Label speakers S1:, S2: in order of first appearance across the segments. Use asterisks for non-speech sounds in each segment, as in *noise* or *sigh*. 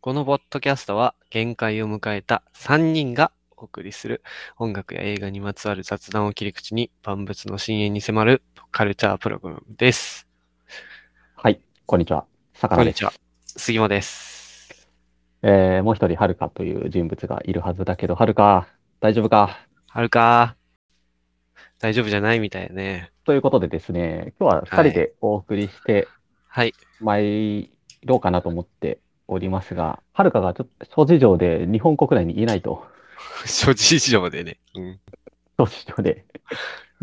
S1: このポッドキャストは限界を迎えた3人がお送りする音楽や映画にまつわる雑談を切り口に万物の深淵に迫るカルチャープログラムです。
S2: はい、こんにちは。
S1: こ
S2: 坂
S1: ん
S2: 野
S1: に
S2: です。
S1: ちは。杉間です。
S2: えーもう一人、はるかという人物がいるはずだけど、はるか、大丈夫か
S1: はるか大丈夫じゃないみたいね。
S2: ということでですね、今日は二人でお送りして
S1: はい。
S2: 参ろうかなと思っておりますが、はるかがちょっと諸事情で日本国内にいないと、
S1: 諸事情でね。うん。
S2: 諸事情で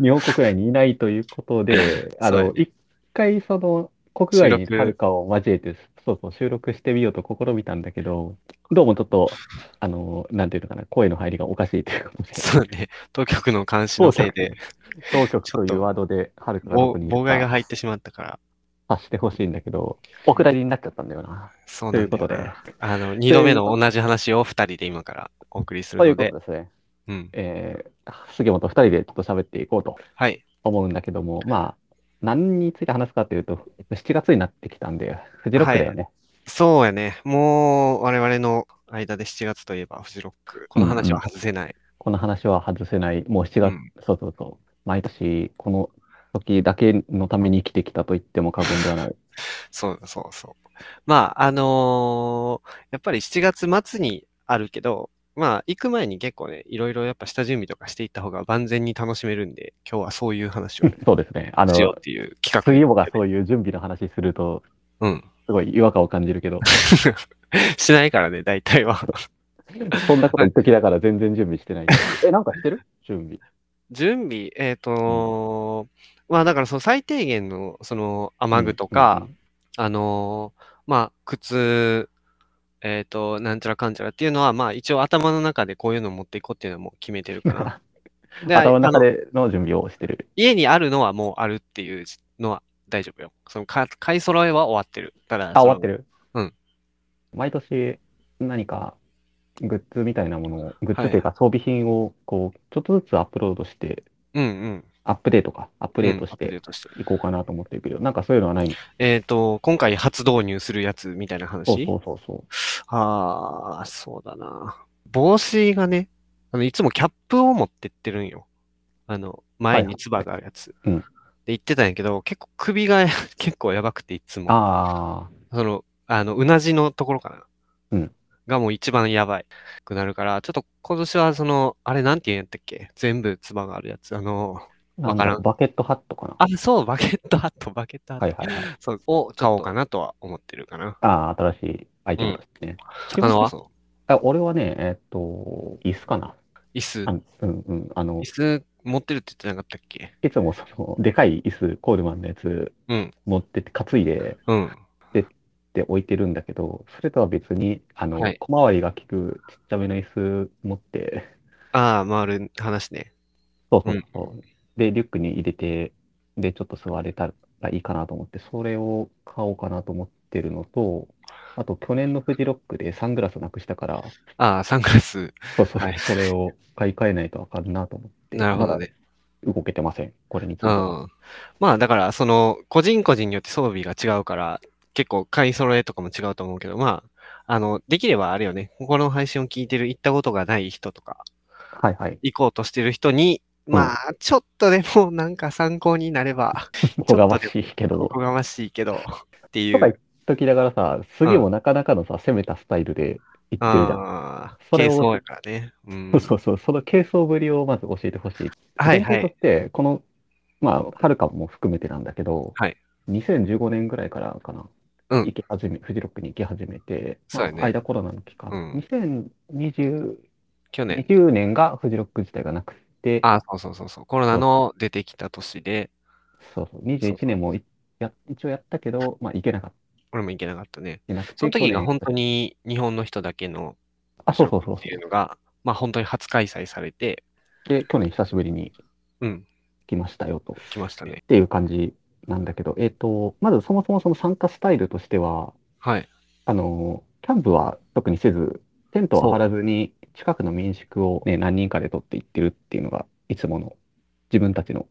S2: 日本国内にいないということで、あ
S1: そう
S2: の、
S1: だね
S2: 一回その国外に
S1: 収録
S2: はるかを交えて、そうそう、収録してみようと試みたんだけど、どうもちょっと、あの、なんていうのかな、声の入りがおかしいということで。
S1: そうね。当局の監視のせいで、
S2: 当局
S1: ちょ
S2: と
S1: っ
S2: い
S1: と
S2: うワードで、はるかがど
S1: ぼ
S2: こにいる
S1: 妨害が
S2: か
S1: 入ってしまったから。
S2: 発してほしいんだけど、お蔵入りになっちゃったんだよな。
S1: そう
S2: と
S1: ないん
S2: う
S1: だ
S2: こ
S1: よ
S2: と
S1: な
S2: で。
S1: あの、二度目の同じ話を二人で今からお送りす
S2: とい
S1: るの
S2: うこ
S1: で
S2: と。ですね。
S1: うん。
S2: えー、杉本と二人でちょっと喋っていこうと
S1: はい。
S2: 思うんだけども、まあ、何について話すかというと、7月になってきたんで、フジロックだよね。
S1: そうやね。もう、我々の間で7月といえばフジロック。この話は外せない。
S2: この話は外せない。もう7
S1: う
S2: 月、
S1: ん。
S2: そうそうそう。毎年、この時だけのために生きてきたと言っても過言で
S1: *laughs*
S2: はない。
S1: そうだそうそう。まあ、あのーやっぱり7月末にあるけど、まあ、行く前に結構ね、いろいろやっぱ下準備とかしていった方が万全に楽しめるんで、今日はそういう話を
S2: そうですね。あの、
S1: し
S2: 杉
S1: ようっていう企画。
S2: 本がそういう準備の話すると、
S1: うん。
S2: すごい違和感を感じるけど、
S1: しないからね、大体は。
S2: そんなこと言っときながら全然準備してない。え、なんかしてる準備。
S1: 準備、えっ、とまあだからその最低限のその雨具と
S2: うん
S1: か
S2: う、ん
S1: あのーまあ靴、えっ、と、なんちゃらかんちゃらっていうのは、まあ一応頭の中でこういうのを持っていこうっていうのはもう決めてるか
S2: う
S1: ら。
S2: ん *laughs*
S1: で
S2: 頭の
S1: あの
S2: 中での準備をしてる。
S1: 家にあるのはもうあるっていうのは大丈夫よ。そのか買い揃えは終わってる。ただ、
S2: あ、終わって
S1: る。
S2: る。
S1: うん。
S2: 毎年何かグッズみたいなものを、グッズというか装備品をこう、ちょっとずつアップロードして、
S1: うんうん。
S2: アップデートか、アップデー
S1: うん
S2: ト
S1: ア
S2: し
S1: ップデー
S2: て
S1: トして
S2: いこうかなと思ってるけど、なんかそういうのはないの
S1: えっ、と、今回初導入するやつみたいな話。
S2: そうそうそうそう。
S1: ああ、そうだな。帽子がね、あの、いつもキャップを持ってってるんよ。あの、前につばがあるやつ。
S2: うん
S1: で、言ってたんやけど、結構首が *laughs* 結構やばくて、いつも。
S2: あ
S1: その、あの、うなじのところかな。
S2: うん
S1: がもう一番やばいくなるから、ちょっと今年はその、あれなんて言うんやったっけ全部つばがあるやつ。あの、
S2: あ、な
S1: わ
S2: ん
S1: か
S2: だ
S1: らん
S2: ろうバケットハットかな。
S1: あ、そう、バケットハット、バケットハット。
S2: はいはいはい。
S1: そう、を買おうかなとは思ってるかな。
S2: ああ、新しいアイテムですね。
S1: あの、
S2: ちなみに
S1: そう
S2: あ俺はね、えーっと、椅子かな。
S1: 椅子
S2: あ、うんうん。あの
S1: 椅、子持ってるって言ってなかったっけ
S2: いつもその、でかい椅子、コールマンのやつ
S1: うん、
S2: 持ってって、担いで、
S1: うん。
S2: で置いてるんだけど、それとは別に、あの、
S1: はい
S2: 小回りが利くちっちゃめの椅子持って、
S1: ああ、回る話ね。
S2: そうそうそう。で、リュックに入れて、で、ちょっと座れたらいいかなと思って、それを買おうかなと思ってるのと、あと、去年のフジロックでサングラスなくしたから、
S1: ああ、サングラス。
S2: そうそう、
S1: はい
S2: それを買い替えないとあかんなと思って、
S1: なるほどね。
S2: まだ動けてません、これについて
S1: う
S2: は。
S1: ん。まあ、だから、その、個人個人によって装備が違うから、結構買い揃えとかも違うと思うけど、まあ、あの、できればあれよね、ここの配信を聞いてる、行ったことがない人とか、
S2: はいはい。
S1: 行こうとしてる人に、まあ、ちょっとでもなんか参考になれば、
S2: おこがましいけど
S1: お、こがましいけど、ってい
S2: とか言
S1: う
S2: っ。ときながらさ、すげえもなかなかのさ、攻めたスタイルで言ってるじゃん。
S1: ああ、
S2: それを
S1: 軽装やからね。うん
S2: そう。そうそう、その軽装ぶりをまず教えてほしい。
S1: はいは
S2: 全体
S1: い
S2: と。して、この、まあ、はるかも含めてなんだけど、
S1: はい
S2: 2015年ぐらいからかな、
S1: うん
S2: 行き始め、フジロックに行き始めて、
S1: そうやね
S2: まあ間コロナの期間、2020、
S1: 去年。
S2: 20年がフジロック自体がなくて、
S1: ああ、そうそうそうそう。コロナの出てきた年で、
S2: そうそう、21年もいや一応やったけど、まあ、行けなかっ
S1: 俺も行けなかったね。
S2: た。なくて
S1: その時
S2: 去
S1: が
S2: 年
S1: 本当に日本の人だけの
S2: あ、そうそうそう
S1: ってい
S2: そう
S1: のが、まあ本当に初開催されて、
S2: う。で、去年久しぶりに
S1: うん、
S2: 来ましたよと。
S1: 来ましたね
S2: っ。ていう感じなんだけど、えっ、と、まずそもそもその参加スタイルとしては、
S1: はい。
S2: あの、キャンプは特にせず、テントは張らずに、近くの民宿をね、何人かで取っていってるっていうのが、いつもの自分たちの、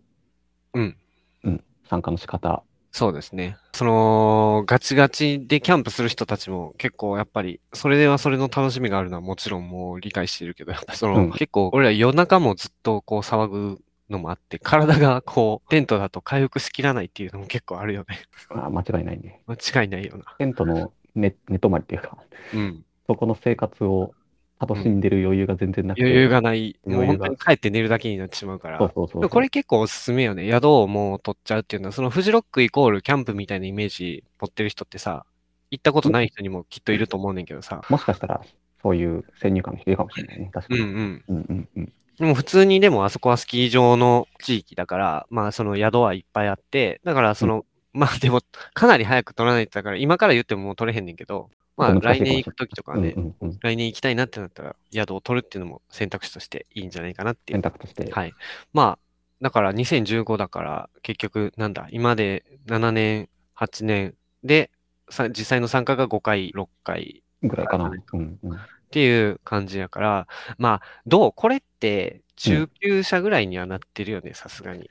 S1: うん
S2: うん、参加の仕方
S1: そうですね。その、ガチガチでキャンプする人たちも結構やっぱり、それはそれの楽しみがあるのはもちろんもう理解してるけど、やっぱその、
S2: うん
S1: 結構俺ら夜中もずっとこう騒ぐのもあって、体がこう、テントだと回復しきらないっていうのも結構あるよね。 *laughs*
S2: あ間違いないね。
S1: 間違いないよな。
S2: テントの寝、寝泊まりというか、
S1: うん。
S2: そこの生活を楽しんでる余裕が全然なくて。
S1: 余裕がない。もう
S2: 余
S1: 本
S2: 裕
S1: 当
S2: が
S1: に帰って寝るだけになってしまうから。
S2: そうそうそう
S1: でもこれ結構おすすめよね。宿をもう取っちゃうっていうのは、そのフジロックイコールキャンプみたいなイメージ持ってる人ってさ、行ったことない人にもきっといると思うねんけどさ。
S2: もしかしたら、そういう先入観の人いるかもしれないね。確か
S1: うん
S2: に。
S1: うん。
S2: うんうんうん。
S1: でも普通にでもあそこはスキー場の地域だから、まあその宿はいっぱいあって、だからその、まあでもかなり早く取らないとだから、今から言ってももう取れへんねんけど、まあ
S2: ちょっと難し
S1: 来年
S2: いかもしれない
S1: 行くときとかはね、
S2: うんうんうん。
S1: 来年行きたいなってなったら宿を取るっていうのも選択肢としていいんじゃないかなっていう
S2: 選択として。
S1: はい。まあ、だから2015だから、結局、なんだ、今で7年、8年で、さ実際の参加が5回、6回
S2: ぐらいかな。
S1: はい
S2: うんうん。
S1: っていう感じやから、まあ、どうこれって、中級者ぐらいにはなってるよね、さすがに。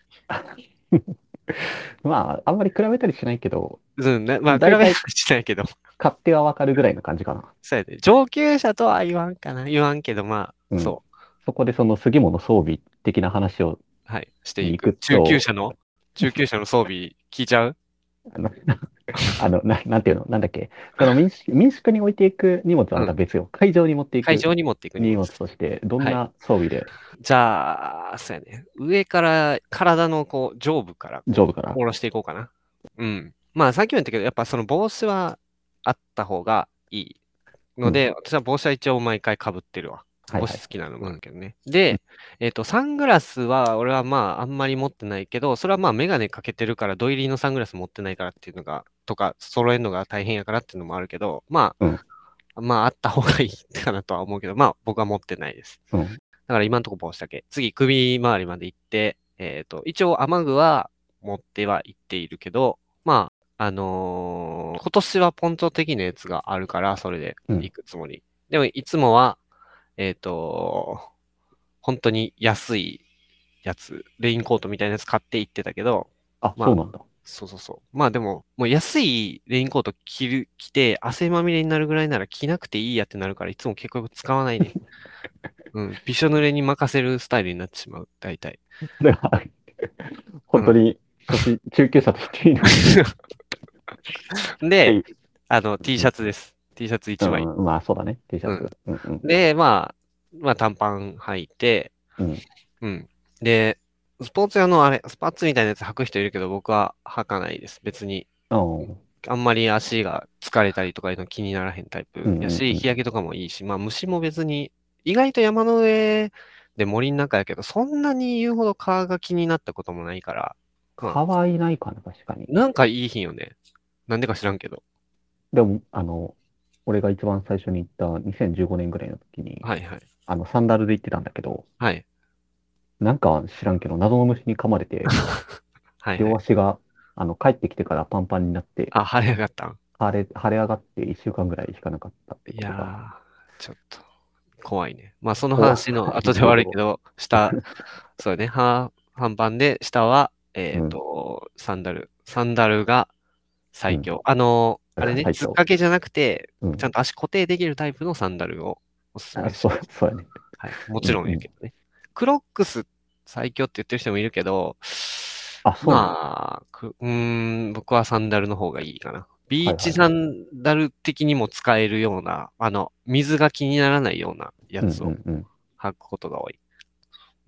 S2: まあ、あんまり比べたりしないけど、
S1: うん、なまあ、比べ
S2: 大
S1: は
S2: 体
S1: しないけど、 *laughs*
S2: 勝手はわかるぐらいの感じかな。
S1: そうやで、上級者とは言わんかな、言わんけど、まあ、
S2: うん
S1: そ
S2: そこでその杉本装備的な話を、
S1: う、はい、してい
S2: 行
S1: く。
S2: くと
S1: 中級者の、中級者の装備、聞いちゃう
S2: あの、 *laughs* あのななんていうの、なんだっけ、その民宿、民宿に置いていく荷物はまた別よ。会場に持っていく
S1: 会場に持っていく
S2: 荷
S1: に
S2: 物として、どんな装備で、
S1: じゃあ、そうやね。上から、体のこう、上部から
S2: 上部から
S1: 下ろしていこうかな。うん。まあ、さっきも言ったけど、やっぱその帽子はあった方がいいので、私は帽子は一応毎回被ってるわ。
S2: はい
S1: 帽
S2: はい
S1: 子好きなのもあるけどね。で、えっ、と、サングラスは、俺はまあ、あんまり持ってないけど、それはまあ、メガネかけてるから、土入りのサングラス持ってないからっていうのが、とか、揃えるのが大変やからっていうのもあるけど、まあ、まあ、あった方がいいかなとは思うけど、まあ、僕は持ってないです。
S2: うん
S1: だから今のところ帽子だけ。次、首周りまで行って、えっ、と、一応雨具は持ってはいっているけど、まあ、あのー今年はポンチョ的なやつがあるから、それで行くつもり。でも、いつもは、えっ、と本当に安いやつ、レインコートみたいなやつ買って行ってたけど、
S2: あ、
S1: まあ
S2: そうなんだ。
S1: そうそうそう。まあでも、もう安いレインコート着る、着て、汗まみれになるぐらいなら着なくていいやってなるから、いつも結構使わ
S2: *laughs*
S1: ないね。うん。びしょ濡れに任せるスタイルになってしまう、大体。
S2: *laughs* だから、本当に、初心中級者としていいのか
S1: *laughs*
S2: は
S1: で
S2: い、
S1: あの、T シャツです。T シャツ1枚。
S2: うんまあ、そうだね、T シャツ。うんうん
S1: で、まあ、まあ短パン履いて、
S2: うん
S1: うんで、スポーツ用のあれ、スパッツみたいなやつ履く人いるけど、僕は履かないです。別に。
S2: うん
S1: あんまり足が疲れたりとかいうの気にならへんタイプや
S2: うんうんう
S1: し、
S2: ん
S1: 日焼けとかもいいし、まあ虫も別に、意外と山の上で森の中やけど、そんなに言うほど蚊が気になったこともないから、まあ
S2: かわいないかな、確かに。
S1: なんかいい日よね。なんでか知らんけど。
S2: でも、あの、俺が一番最初に行った2015年ぐらいの時に、
S1: はいはい。
S2: あの、サンダルで行ってたんだけど、
S1: はい。
S2: なんか知らんけど、謎の虫に噛まれて、
S1: はい、はい
S2: 両。足が、あの、帰ってきてからパンパンになって、
S1: あ、早かったん。
S2: 腫れ、腫れ上がって1週間ぐらい引かなかったって
S1: い
S2: ことが、
S1: やー、ちょっと、怖いね。まあ、その
S2: 怖い
S1: 話の後で悪いけど、下、 *laughs* そうね、は半パンで、下は、えっ、と、サンダル。サンダルが最強。あのー、あれね、
S2: 最強
S1: つっかけじゃなくて、
S2: うん
S1: ちゃんと足固定できるタイプのサンダルをおすすめ
S2: あ、
S1: し
S2: そ
S1: ま
S2: う
S1: す、。
S2: そうやね。
S1: はい。もちろん言うけどね。クロックス最強って言ってる人もいるけど、
S2: あ、そうなんだ
S1: まあ、くうーん、僕はサンダルの方がいいかな。ビーチ
S2: は
S1: サンダル的にも使えるような、あの、水が気にならないようなやつ
S2: う
S1: を
S2: んうんうん。
S1: 履くことが多い。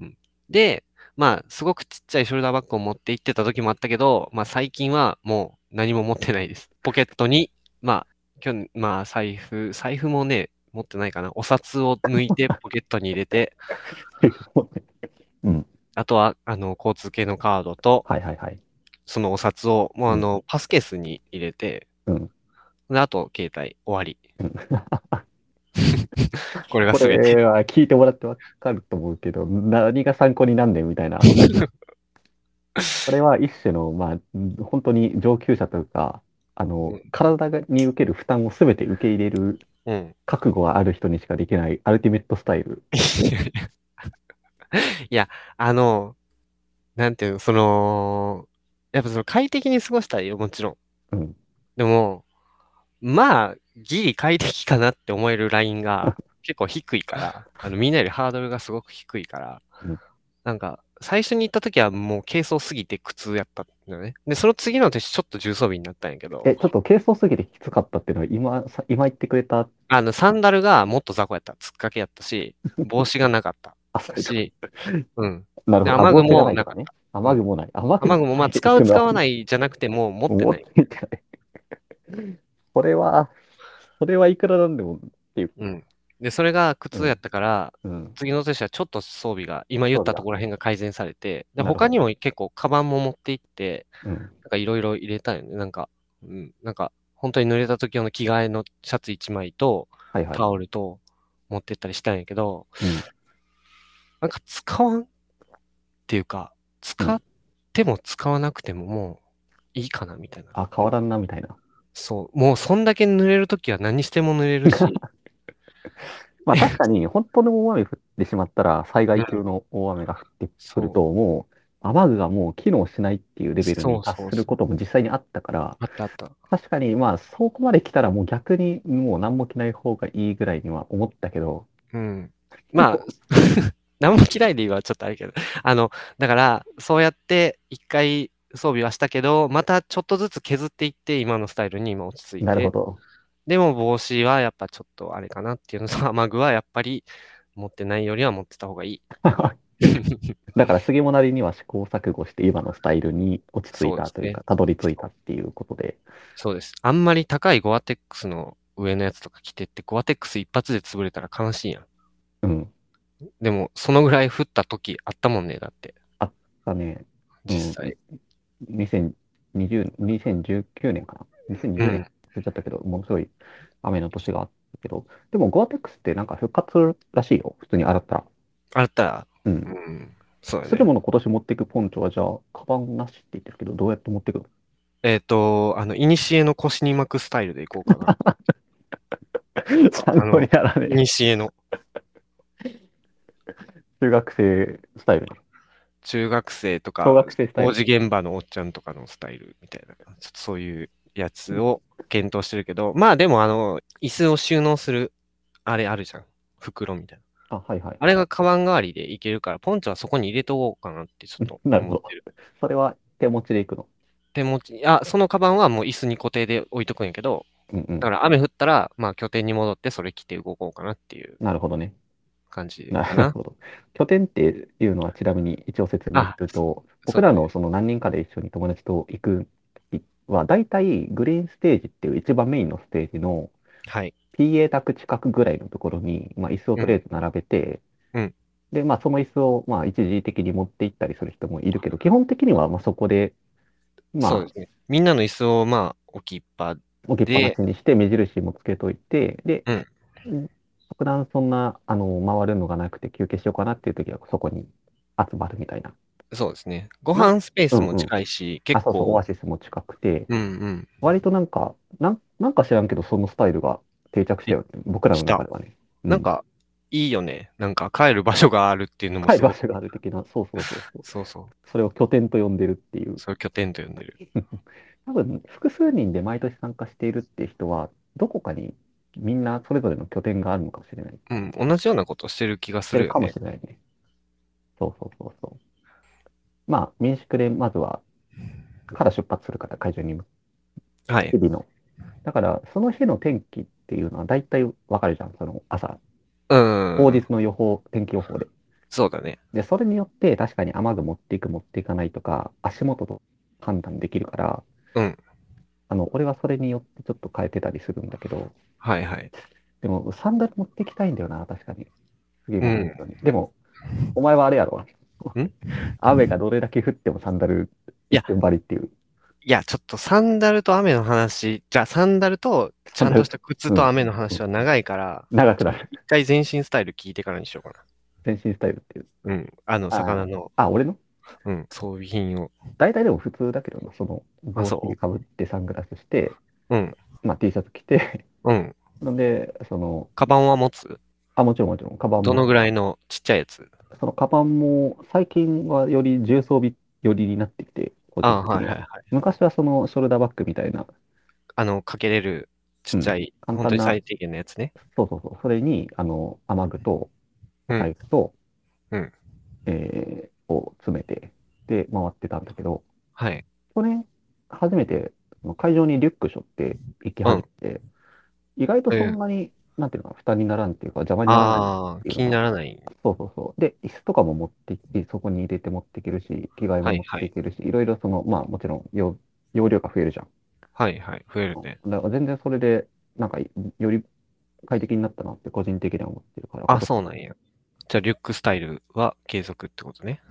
S1: うんで、まあ、すごくちっちゃいショルダーバッグを持って行ってた時もあったけど、まあ、最近はもう何も持ってないです。ポケットに、まあ、今日、まあ、財布、財布もね、持ってないかな。お札を抜い
S2: *laughs*
S1: てポケットに入れて、
S2: うん。
S1: あとは、あの、交通系のカードと、
S2: はいはいはい。
S1: そのお札を、もうあ
S2: うん
S1: の、パスケースに入れて、
S2: うん
S1: で、あと、携帯、終わり。
S2: うん
S1: *laughs* これが
S2: こ
S1: すべて。
S2: れは聞いてもらってわかると思うけど、何が参考になんねんみた
S1: *laughs*
S2: いな。これは一種の、まあ、本当に上級者というか、あ
S1: う
S2: の
S1: ん、
S2: 体に受ける負担を全て受け入れる
S1: うん。
S2: 覚悟がある人にしかできないアルティメットスタイル。
S1: *laughs* いや、あの、なんていうの、その、やっぱその快適に過ごしたいよ、もちろん。
S2: うん。
S1: でも、まあ、ギリ快適かなって思えるライン
S2: *laughs*
S1: が結構低いから、あのみんなよりハードルがすごく低いから
S2: うん、
S1: なんか、最初に行った時はもう軽装すぎて苦痛やったんだよね。で、その次の年ちょっと重装備になったんやけど、
S2: え、ちょっと軽装すぎてきつかったっていうのは今、さ今言ってくれた、
S1: あの、サンダルがもっと雑魚やった。つっかけやったし、帽子がなかった
S2: あ、そういうこ *laughs*
S1: し、うん。
S2: となるほど。
S1: 雨雲
S2: あ帽子がないからね。雨雲ない。雨
S1: 雨
S2: 雲。
S1: 雲、まあ、使う、使わないいじゃなくてもう持って
S2: 持っ
S1: ない。
S2: ていかない。これは、それはいくらなんでも、
S1: うん。で、それが苦痛やったから、
S2: うん。
S1: 次の年はちょっと装備が、今言ったところら辺が改善されて、で
S2: なるほど
S1: 他にも結構、カバンも持って行って、
S2: うん。
S1: なんかいろいろ入れたよね。なんか、うん、なんか、本当に濡れた時用の着替えのシャツ1枚と、
S2: はいはい。
S1: タオルと持ってったりしたんやけど、
S2: うん
S1: なんか使わんっていうか、使っても使わなくてももういいかなみたいな。
S2: あ、変わらんな、みたいな。
S1: そう、もうそんだけ濡れる時は何しても濡れる
S2: *laughs*
S1: し、
S2: まあ確
S1: *laughs*
S2: かに、本当の大雨降ってしまったら、災害級の大雨が降ってくると、もう、雨具がもう機能しないっていうレベ
S1: そ
S2: ル
S1: うそ
S2: に
S1: うそう
S2: 達することも実際にあったから、
S1: あったあった。
S2: 確かに、まあ、そこまで来たらもう逆にもう何も着ない方がいいぐらいには思ったけど、
S1: うん。まあ、何も嫌いで言うはちょっとあれけど、あの、だから、そうやって一回装備はしたけど、またちょっとずつ削っていって、今のスタイルに今落ち着い
S2: なるほ
S1: て、 *laughs*
S2: ど。
S1: でも帽子はやっぱちょっとあれかなっていうのと、雨具はやっぱり持ってないよりは持ってた方がいい。
S2: だから、杉もなりには試行錯誤して、今のスタイルに落ち着いたというか、たどり着いたっていうことで、
S1: そうです。あんまり高いゴアテックスの上のやつとか着てって、ゴアテックス一発で潰れたら悲しいやん。
S2: うん。
S1: でも、そのぐらい降った時あったもんね、だって、
S2: がね、うん
S1: 実際。
S2: 2020 2019年かな
S1: う
S2: ?2020
S1: ん
S2: 年忘れちゃったけど、ものすごい雨の年があったけど、でも、ゴアテックスってなんか復活するらしいよ、普通に洗ったら。
S1: あったら、
S2: う。
S1: うんん、そうだ
S2: そ
S1: ね
S2: れ。もの今年持っていくポンチョは、じゃあ、カバンなしって言ってるけど、どうやって持ってく
S1: *laughs*
S2: の
S1: えっ、と、あの、いにしえの腰に巻くスタイルでいこうかな。
S2: 参考にならね *laughs*
S1: いにしえの
S2: 中学生スタイルね。
S1: 中学生と
S2: 小
S1: か、
S2: 学生スタイ
S1: 工
S2: ル。
S1: 事現場のおっちゃんとかのスタイルみたいな、ちょっとそういうやつを検討してるけど、まあでも、あの、椅子を収納する、あれあるじゃん。袋みたいな。
S2: あ、はいはい。
S1: あれがカバン代わりでいけるから、ポンチョはそこに入れとこうかなってちょっと
S2: *laughs* なるほ
S1: 思
S2: ど
S1: ってる。
S2: それは手持ちで行くの。
S1: 手持ち、あ、そのカバンはもう椅子に固定で置いとくんやけど、
S2: うんうん
S1: だ。から雨降ったら、まあ拠点に戻ってそれ着て動こうかなっていう
S2: なるほどね。
S1: 感じか
S2: な
S1: な。
S2: るほど。拠点っていうのはちなみに一応説明すると、僕らのその何人かで一緒に友達と行く時は、大体グリーンステージっていう一番メインのステージの
S1: はい。
S2: PA 卓近くぐらいのところに、まあ、椅子をとりあえず並べて、
S1: うん
S2: で、まあ、その椅子をまあ一時的に持って行ったりする人もいるけど、基本的にはまあそこで、ま
S1: そ
S2: あ
S1: うですね。みんなの椅子をまあ置きっぱ
S2: 置きっぱなしにして、目印もつけといて、で、特段そんな、あの、回るのがなくて休憩しようかなっていう時は、そこに集まるみたいな。
S1: そうですね。ご飯スペース
S2: うんう
S1: も
S2: ん
S1: 近いし、
S2: あ、
S1: 結
S2: そうそう、オ
S1: 構
S2: ア、シスも近くて、
S1: うんうん。
S2: 割となんか、なん、なんか知らんけど、そのスタイルが定着したよね。僕らの中ではね。う
S1: なん、か、いいよね。なんか、帰る場所があるっていうのも
S2: 深い
S1: すご
S2: 場
S1: い。
S2: 所がある的な、そうそうそう *laughs* そう。
S1: そうそ
S2: それを拠点と呼んでるっていう
S1: う。。そういう拠点と呼んでる。
S2: 多分、複数人で毎年参加しているっていう人は、どこかにみんなそれぞれの拠点があるのかもしれない。
S1: うん。同じようなことしてる気が
S2: し
S1: す
S2: て
S1: る
S2: る
S1: よ
S2: かも
S1: ね
S2: し。れないね。そうそうそうそう。まあ、民宿でまずは、から出発するから、会場に向
S1: はい
S2: け。日々の。だから、その日の天気っていうのは大体わかるじゃん、その朝、
S1: うん。
S2: 当日の予報、天気予報で。
S1: そうだね。
S2: で、それによって確かに雨具持っていく、持っていかないとか、足元と判断できるから、
S1: うん
S2: あの、俺はそれによってちょっと変えてたりするんだけど、
S1: はいはい。
S2: でも、サンダル持ってきたいんだよな、確かに。すげえ迷うよねでも、お前はあれやろ
S1: ん。
S2: *laughs* 雨がどれだけ降ってもサンダル
S1: いや
S2: 一点張りっていう。
S1: いや、ちょっとサンダルと雨の話、じゃあサンダルとちゃんとした靴と雨の話は長いから、
S2: 長くなる。
S1: 一回全身スタイル聞いてからにしようか
S2: 全身スタイルっていう。
S1: な。うん。あの、
S2: あー
S1: 魚の、
S2: あ、俺の
S1: うん、装備品を。
S2: 大体でも普通だけどな、その、
S1: あそう
S2: 帽子かぶってサングラスして、
S1: うん。
S2: まあ T シャツ着て、 *laughs*
S1: うん。
S2: なんで、その、
S1: カバンは持つ
S2: あ、もちろんもちろん、カバン
S1: どの
S2: も、
S1: ぐらいのちっちゃいやつ
S2: そのカバンも、最近はより重装備寄りになってきて、個
S1: あ
S2: 人
S1: ー
S2: 的
S1: はい
S2: に
S1: はい
S2: は。
S1: はい。
S2: 昔はそのショルダーバッグみたいな、
S1: あの、かけれるちっちゃい、
S2: うん
S1: 本当に
S2: 簡単な
S1: 最低限のやつね。
S2: そうそうそう、それに、あの、雨具と、
S1: うん
S2: 財布と、
S1: うん
S2: えーを詰めて、で、回ってたんだけど、
S1: はい。
S2: 去年、初めて、その会場にリュック背負って行き始めて、意外とそんなに、なんていうのかな、負担にならんっていうか、邪魔にならない。
S1: ああ、気にならない。
S2: そうそうそう。で、椅子とかも持ってきて、そこに入れて持っていけるし、着替えも持っていけるし、いろいろその、まあもちろん容、容量が増えるじゃん。
S1: はいはい。増えるね。
S2: だから全然それで、なんか、より快適になったなって個人的には思ってるから。
S1: あ、そうなんや。じゃあ、リュックスタイルは継続ってことね。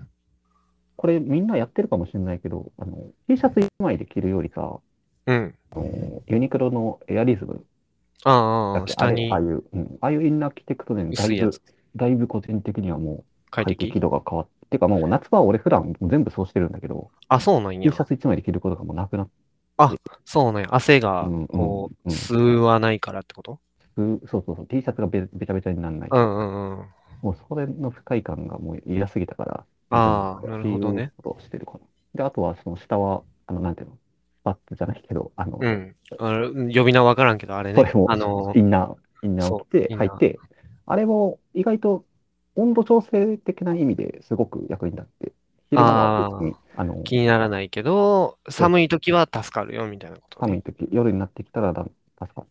S2: これみんなやってるかもしれないけど、あの、T シャツ1枚で着るよりさ、
S1: うん。
S2: あのユニクロのエアリズムだ
S1: あ
S2: っ
S1: あ、
S2: け
S1: 下に
S2: あれああいう、うん、ああいうインナー着てくとね、だ
S1: 薄い
S2: い
S1: や
S2: ぶ
S1: つ、
S2: だいぶ個人的にはもう
S1: 快適。
S2: 度が変わって、てかもう夏場は俺普段全部そうしてるんだけど、
S1: あ、そうなん
S2: T シ
S1: や。
S2: ャツ1枚で着ることがもうなくなって、
S1: そうなんや。汗が
S2: うんうん、
S1: こう、
S2: うん
S1: 吸わないからってこと
S2: そうそうそう、T シャツがべべちゃべちゃにならない。
S1: うんうんうん。
S2: もうそれの不快感がもう嫌すぎたから、
S1: あー
S2: うん
S1: なるほどね。
S2: っていうことをしてるかな。で、あとはその下は、あの、なんていうの、バットじゃないけど、あの、
S1: うん。あれ呼び名わからんけど、あれ
S2: こ
S1: ね
S2: れも。
S1: あの
S2: イ、ンナー、インナーを着
S1: そう
S2: て、履いて、あれも意外と温度調整的な意味ですごく役に立って、昼間は別に、あの、
S1: 気にならないけど、寒い時は助かるよ、みたいなこと
S2: 寒
S1: ね。
S2: い時、夜になってきたらだ、確か。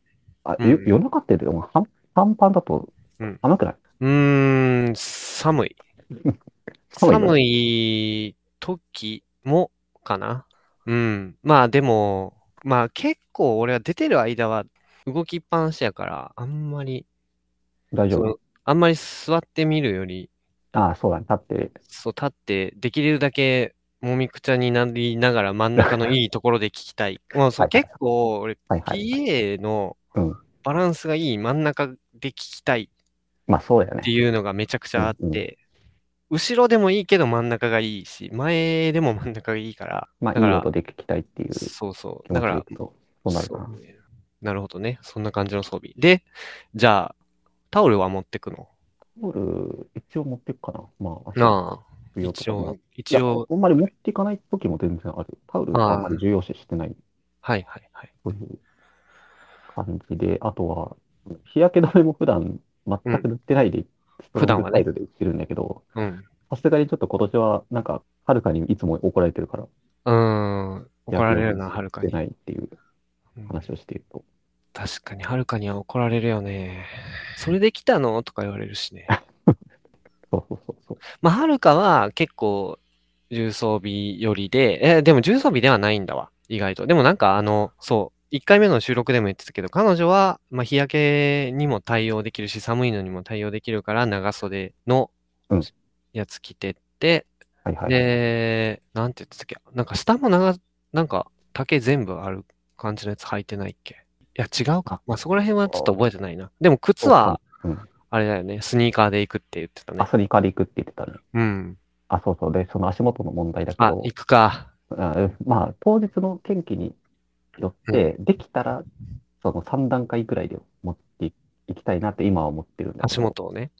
S2: あ、
S1: うん
S2: よ夜中ってでも半短パンだと
S1: うん
S2: 寒くない、
S1: うーん、寒い。
S2: *laughs* 寒いよ
S1: 寒い時もかな。うん。まあでも、まあ結構俺は出てる間は動きっぱなしやから、あんまり、
S2: 大丈
S1: そ
S2: 夫
S1: のあんまり座ってみるより、
S2: ああ、そうだね。立って、
S1: そう立って、できるだけもみくちゃになりながら真ん中のいいところで聞きた
S2: *laughs*
S1: い。もうそう
S2: はいはい
S1: 結構俺、
S2: はいはい。
S1: PA の
S2: うん
S1: バランスがいい真ん中で聞きたい
S2: まあそうだよ
S1: って
S2: ね。
S1: いうのがめちゃくちゃあっ
S2: うんう
S1: て、後ろでもいいけど真ん中がいいし、前でも真ん中がいいから、
S2: まあ
S1: だか
S2: いい
S1: ら
S2: 音で聞きたいっていう気
S1: そうそう。
S2: 持
S1: だか
S2: ちで
S1: ら、
S2: いくと、そうなるかな。
S1: そうねなるほどね。そんな感じの装備。で、じゃあ、タオルは持ってくの
S2: ボール、一応持っていくかな。まあ、
S1: なあ、
S2: 足用と
S1: 一
S2: かも
S1: 応、
S2: い
S1: 一
S2: や、
S1: 応、
S2: あんまり持っていかない時も全然ある。タオルはあんまり重要視してない、
S1: はいはいはい。
S2: そういう感じで、あとは、日焼け止めも普段全く塗ってないで、
S1: 普段はね
S2: ストロングスタイルで行ってるんだけど、
S1: うん。
S2: さすがにちょっと今年は、なんか、はるかにいつも怒られてるから、
S1: うーん。怒られるな、は
S2: 日焼
S1: るか
S2: け止め塗って
S1: に。
S2: ないっていう
S1: うん
S2: 話をしていると。
S1: 確かに、はるかには怒られるよね。それで来たのとか言われるしね。
S2: そうそうそうそう。
S1: まあ、はるかは結構、重装備よりで、えーでも重装備ではないんだわ、意外と。でもなんか、あの、そう、1回目の収録でも言ってたけど、彼女は、まあ、日焼けにも対応できるし、寒いのにも対応できるから、長袖の
S2: うん
S1: やつ着てって、
S2: はいはい。
S1: で、なんて言ってたっけ、なんか下も長、なんか丈全部ある感じのやつ履いてないっけ。いや、違うか。まあ、そこら辺はちょっと覚えてないな。でも、靴は、
S2: うん、
S1: あれだよね、スニーカーで行くって言ってたね
S2: あ、。スニーカーで行くって言ってたね。
S1: うん。
S2: あ、そうそう。で、その足元の問題だけ
S1: あ、
S2: ど、
S1: 行くか。
S2: あまあ、当日の天気によって、できたら、その3段階ぐらいで持っていきたいなって今は思ってるんだけ
S1: 足
S2: ど、
S1: 元をね。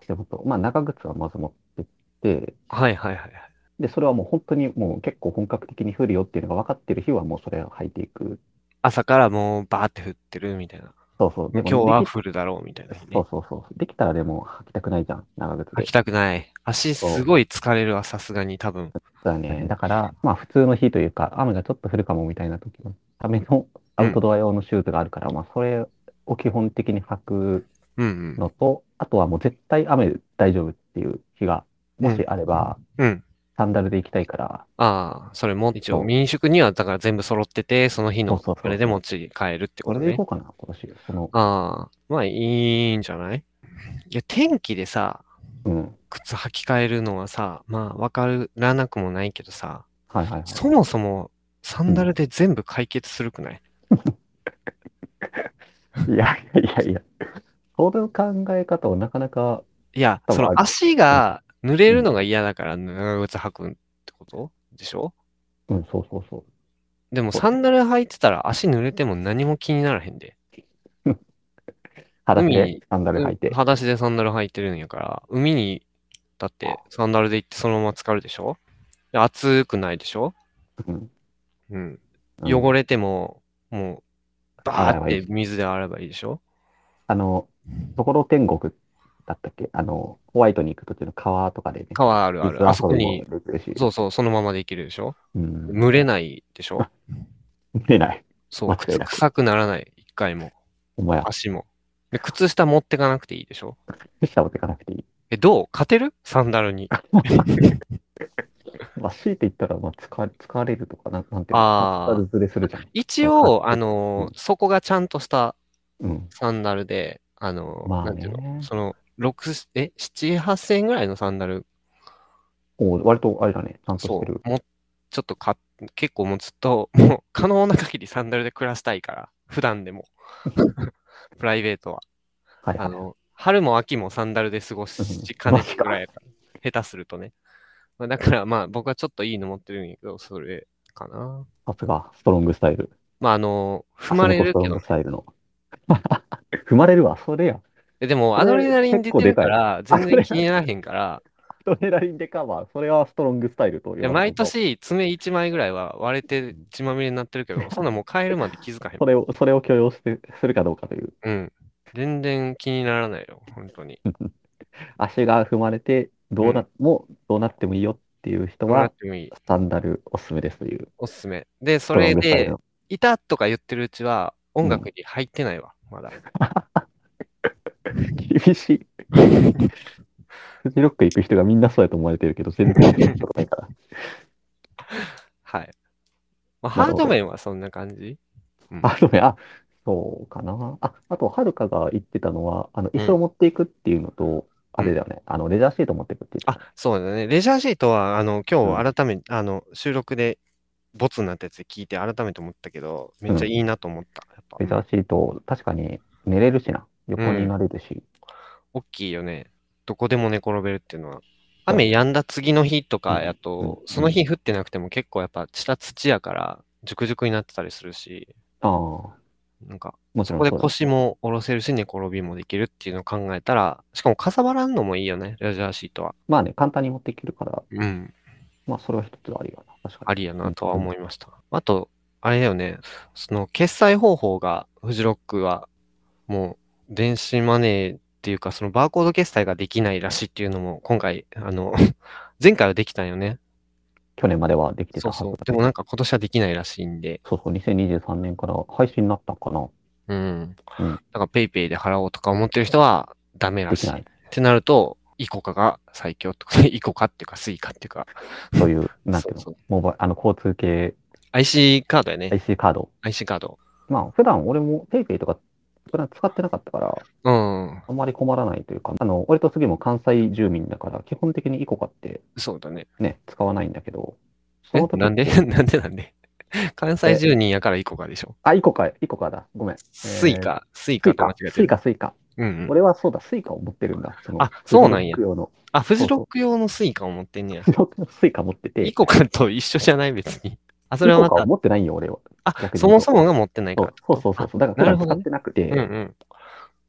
S2: 足元。まあ、長靴はまず持ってって、
S1: はいはいはいはい。
S2: で、それはもう本当にもう結構本格的に降るよっていうのが分かってる日はもうそれを履いていく。
S1: 朝からもうバーって降ってるみたいな。
S2: そうそう。で
S1: 今
S2: も
S1: 日は
S2: でき
S1: 降るだろうみたいな日
S2: そ
S1: ね
S2: う。そうそう。できたらでも履きたくないじゃん、長靴
S1: 履
S2: で。
S1: きたくない。足すごい疲れるわ、さすがに多分。
S2: だね。だから、まあ普通の日というか、雨がちょっと降るかもみたいな時のためのアウトドア用のシューズがあるから、まあそれを基本的に履く
S1: うん
S2: のと、あとはもう絶対雨大丈夫っていう日が、もしあれば、
S1: うん。うん。
S2: サンダルで行きたいから、
S1: ああ、それも一
S2: そ
S1: 応
S2: う
S1: 民宿にはだから全部揃ってて、その日の
S2: そうそうそう
S1: それで持ち帰るってこ
S2: こ
S1: と
S2: れで
S1: ね
S2: 行。こうかな、今年。その、
S1: ああ、まあいいんじゃないいや、天気でさ、
S2: うん。
S1: 靴履き替えるのはさ、まあわからなくもないけどさ、
S2: はいはいはい。
S1: そもそもサンダルで全部解決するくない
S2: いやいやいや、その考え方をなかなか、
S1: いや、
S2: 多分
S1: その
S2: あれ
S1: 足が濡れるのが嫌だから長靴履くってことでしょ
S2: うん、そうそうそう。
S1: でも
S2: そう
S1: サンダル履いてたら足濡れても何も気にならへんで。
S2: 裸足
S1: 海
S2: でサンダル履いて。
S1: 裸足でサンダル履いてるんやから、海にだってサンダルで行ってそのまま浸かるでしょで暑くないでしょ
S2: うん
S1: うん。
S2: うん
S1: 汚れても、もう、バーっ
S2: 洗えばい
S1: て
S2: い
S1: 水で洗えばいいでしょ
S2: あの、ところ天国だったっけあの、ホワイトに行く途中の川とかでね、
S1: 川あるある。あそこ
S2: 水
S1: に、
S2: 遊びもできるし、
S1: そうそう、そのままできるでしょ
S2: うん、
S1: 蒸れないでしょ
S2: 出ない。
S1: そう、
S2: 間違
S1: 靴
S2: いなく
S1: 臭くならない。一回も。
S2: お前は、
S1: 足も。で、靴下持ってかなくていいでしょ
S2: 下を持ってかなくていい。
S1: え、どう勝てるサンダルに。
S2: まあ、強いて言ったら、まあ、疲れ、疲れるとか、なんなんていうの、
S1: あー
S2: サンダルずれするじゃん。
S1: 一
S2: わ
S1: 応、
S2: かる
S1: あのー、そこがちゃんとした
S2: うん。
S1: サンダルで、あのー、
S2: まあ
S1: なんていうの
S2: ね
S1: その、6、え、7、8千円ぐらいのサンダル
S2: お割と、あれだね、ちゃんとし
S1: そ
S2: てる。
S1: う、もうちょっとか、結構もうずっと、もう可能な限りサンダルで暮らしたいから、普段で
S2: *laughs*
S1: も。プライベートは。
S2: はいはい
S1: あの、春も秋もサンダルで過ごしかねてぐらいやから、下手するとね。まあ、だからまあ僕はちょっといいの持ってるんやけど、それかな。
S2: さすが、ストロングスタイル。
S1: まああの、踏まれる
S2: 橋
S1: けど
S2: 本ス、トロングスタイルの。 *laughs* 踏まれるわ、それや。
S1: えでも
S2: そ
S1: ア
S2: れ
S1: ドレナリン出てるから、
S2: 結構でかい
S1: 全然気にならへんから、
S2: アドレナリンでカバー、それはストロングスタイルと
S1: い
S2: 言
S1: や
S2: わな
S1: 毎
S2: いと。
S1: 年爪1枚ぐらいは割れて血まみれになってるけど、そんなもう帰るまで気づ
S2: *laughs*
S1: かへん
S2: そ。れを、それを許容して、するかどうかという。
S1: うん。全然気にならないよ、本当に。
S2: 足が踏まれて、どうな、もう、どうなってもいいよっていう人
S1: もらっ
S2: は、
S1: てもいい。
S2: スタンダルおすすめですという。
S1: おすすめ。で、
S2: ス
S1: そ
S2: トロン
S1: れ
S2: グスタイル
S1: で
S2: の、
S1: いたとか言ってるうちは、音楽に入ってないわ、まだ。
S2: 厳し
S1: *laughs*
S2: い。フジロック行く人がみんなそうやと思われてるけど、全然行くことないから。
S1: はい。まあ、
S2: な
S1: ハ
S2: る
S1: ー
S2: ほど
S1: ド面はそんな感じうん *laughs*
S2: あ、そうね、あ、そうかな。あ、あと、はるかが言ってたのは、あの、
S1: うん
S2: 椅子を持っていくっていうのと、あれだよね、あの、レジャーシート持っていくっていう。
S1: あ、そうだね。レジャーシートは、あの、今日改め、あの、収録で、ボツになったやつ聞いて改めて思ったけど、めっちゃいいなと思った。やっぱ、
S2: レジャーシート、確かに寝れるしな。横になれるし。
S1: 大きいよね。どこでも寝転べるっていうのは。雨止んだ次の日とかや
S2: うん
S1: と
S2: う、ん
S1: その日降ってなくても結構やっぱちら土やから、じゅくじゅくになってたりするし、
S2: ああ、
S1: なんか、
S2: もち
S1: そ
S2: ろん
S1: こで
S2: そうだ
S1: 腰も下ろせるし、寝転びもできるっていうのを考えたら、しかもかさばらんのもいいよね、レジャーシートは。
S2: まあね、簡単に持っていけるから、
S1: うん、
S2: まあ、それは一つありよな。確か
S1: あ
S2: に。
S1: りやなとは思いました。あと、あれだよね、その決済方法が、フジロックは、もう、電子マネーっていうか、そのバーコード決済ができないらしいっていうのも、今回、あの、 *laughs* 前回はできたんよね。
S2: 去年まではできてた
S1: そう
S2: はずだ
S1: そう。
S2: け
S1: で
S2: ど
S1: もなんか今年はできないらしいんで、
S2: そうそう、2023年から配信になったんかな。
S1: うん。
S2: うん
S1: なんか PayPay で払おうとか思ってる人はダメら
S2: で
S1: し
S2: き
S1: い。
S2: な
S1: っ
S2: い。
S1: てなると、イコカが最強とか、 *laughs* イコカっていうか、スイカっていうか、
S2: そ
S1: *laughs*
S2: ういう、なんていう
S1: そう
S2: の、モバイあの、交通系
S1: IC カードやね。
S2: IC カード。
S1: IC カード。
S2: まあ、普段俺も PayPay とか、普段使ってなかったから、
S1: うん。
S2: あんまり困らないというか、あの、俺と杉も関西住民だから、基本的にイコカって
S1: そうだね。
S2: ね、使わないんだけど、そ
S1: え
S2: の時
S1: なんで *laughs* なんでなんで関西住人やからイコカでしょ。
S2: あ、イコカ、イコカだ。ごめん。
S1: スイカ、スイ
S2: ス
S1: カ
S2: イ
S1: と間
S2: カ
S1: 違、え
S2: ス
S1: て
S2: イ
S1: る。
S2: カ、スイカ。
S1: うんうん。
S2: 俺はそうだ、スイカを持ってるんだ。その
S1: あそうなんや
S2: フジロック用の *laughs*
S1: あ、フジロック用のスイカを持ってんねや
S2: フ。ジロックのスイカ持ってて、
S1: イコカと一緒じゃない別に。あ、そ
S2: イ
S1: れは
S2: コ
S1: ま
S2: カを
S1: た、
S2: 持ってないんよ、俺は。逆
S1: あ、
S2: に
S1: そもそもが持ってない
S2: そ
S1: か
S2: うそうそうそうそう。だから
S1: なる
S2: 普
S1: ほ
S2: 段
S1: どね
S2: 使ってなく
S1: ら。
S2: て、
S1: うんうん。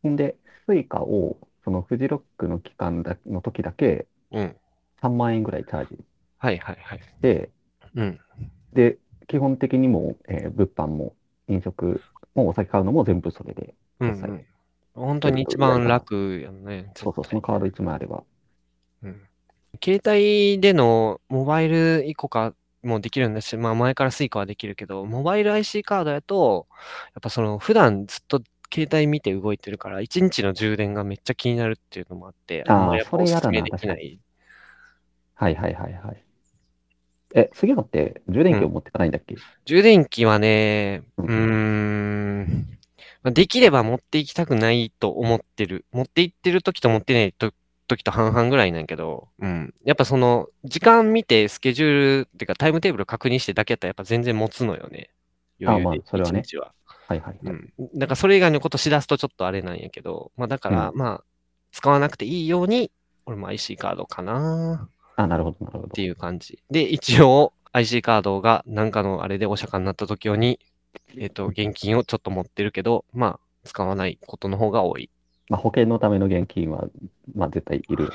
S2: ほんで、スイカを、そのフジロックの期間だの時だけ、
S1: うん。
S2: 3万円ぐらいチャージ
S1: はいはいはい。
S2: して、
S1: うん。
S2: で、基本的にもう、えー物販も飲食もお酒買うのも全部それで、
S1: うん、う
S2: 決
S1: ん
S2: 済。
S1: 本当に一番楽やんね。
S2: そうそう、そのカード1枚あれば。
S1: うん携帯でのモバイル以降かもできるんだし、まあ前からスイカはできるけど、モバイル IC カードやと、やっぱその普段ずっと携帯見て動いてるから、1日の充電がめっちゃ気になるっていうのもあって、
S2: あー
S1: んまりやっぱ
S2: それ
S1: おす
S2: や
S1: す
S2: だな
S1: めできない。
S2: はいはいはいはい。え、杉野って充電器を持ってかないんだっけ、
S1: 充電器はね、う
S2: う
S1: ー
S2: ん
S1: ん、まあできれば持っていきたくないと思ってる。持っていってる時と持ってないと時と半々ぐらいなんやけど、うん。やっぱその、時間見てスケジュールっていうかタイムテーブル確認してだけやったらやっぱ全然持つのよね。余裕で
S2: あまあそれはね
S1: 一日は。
S2: はいはいはい。
S1: うん。だからそれ以外のことしだすとちょっとあれなんやけど、まあだから、
S2: う
S1: まあ、使わなくていいように、俺も IC カードかな。
S2: あ、なるほどなるほ
S1: っ
S2: ど
S1: て。いう感じ。で、一応 IC カードが何かのあれでお釈迦になった時用に、えっ、と、現金をちょっと持ってるけど、まあ、使わないことの方が多い。
S2: まあ、保険のための現金は、まあ、絶対いる。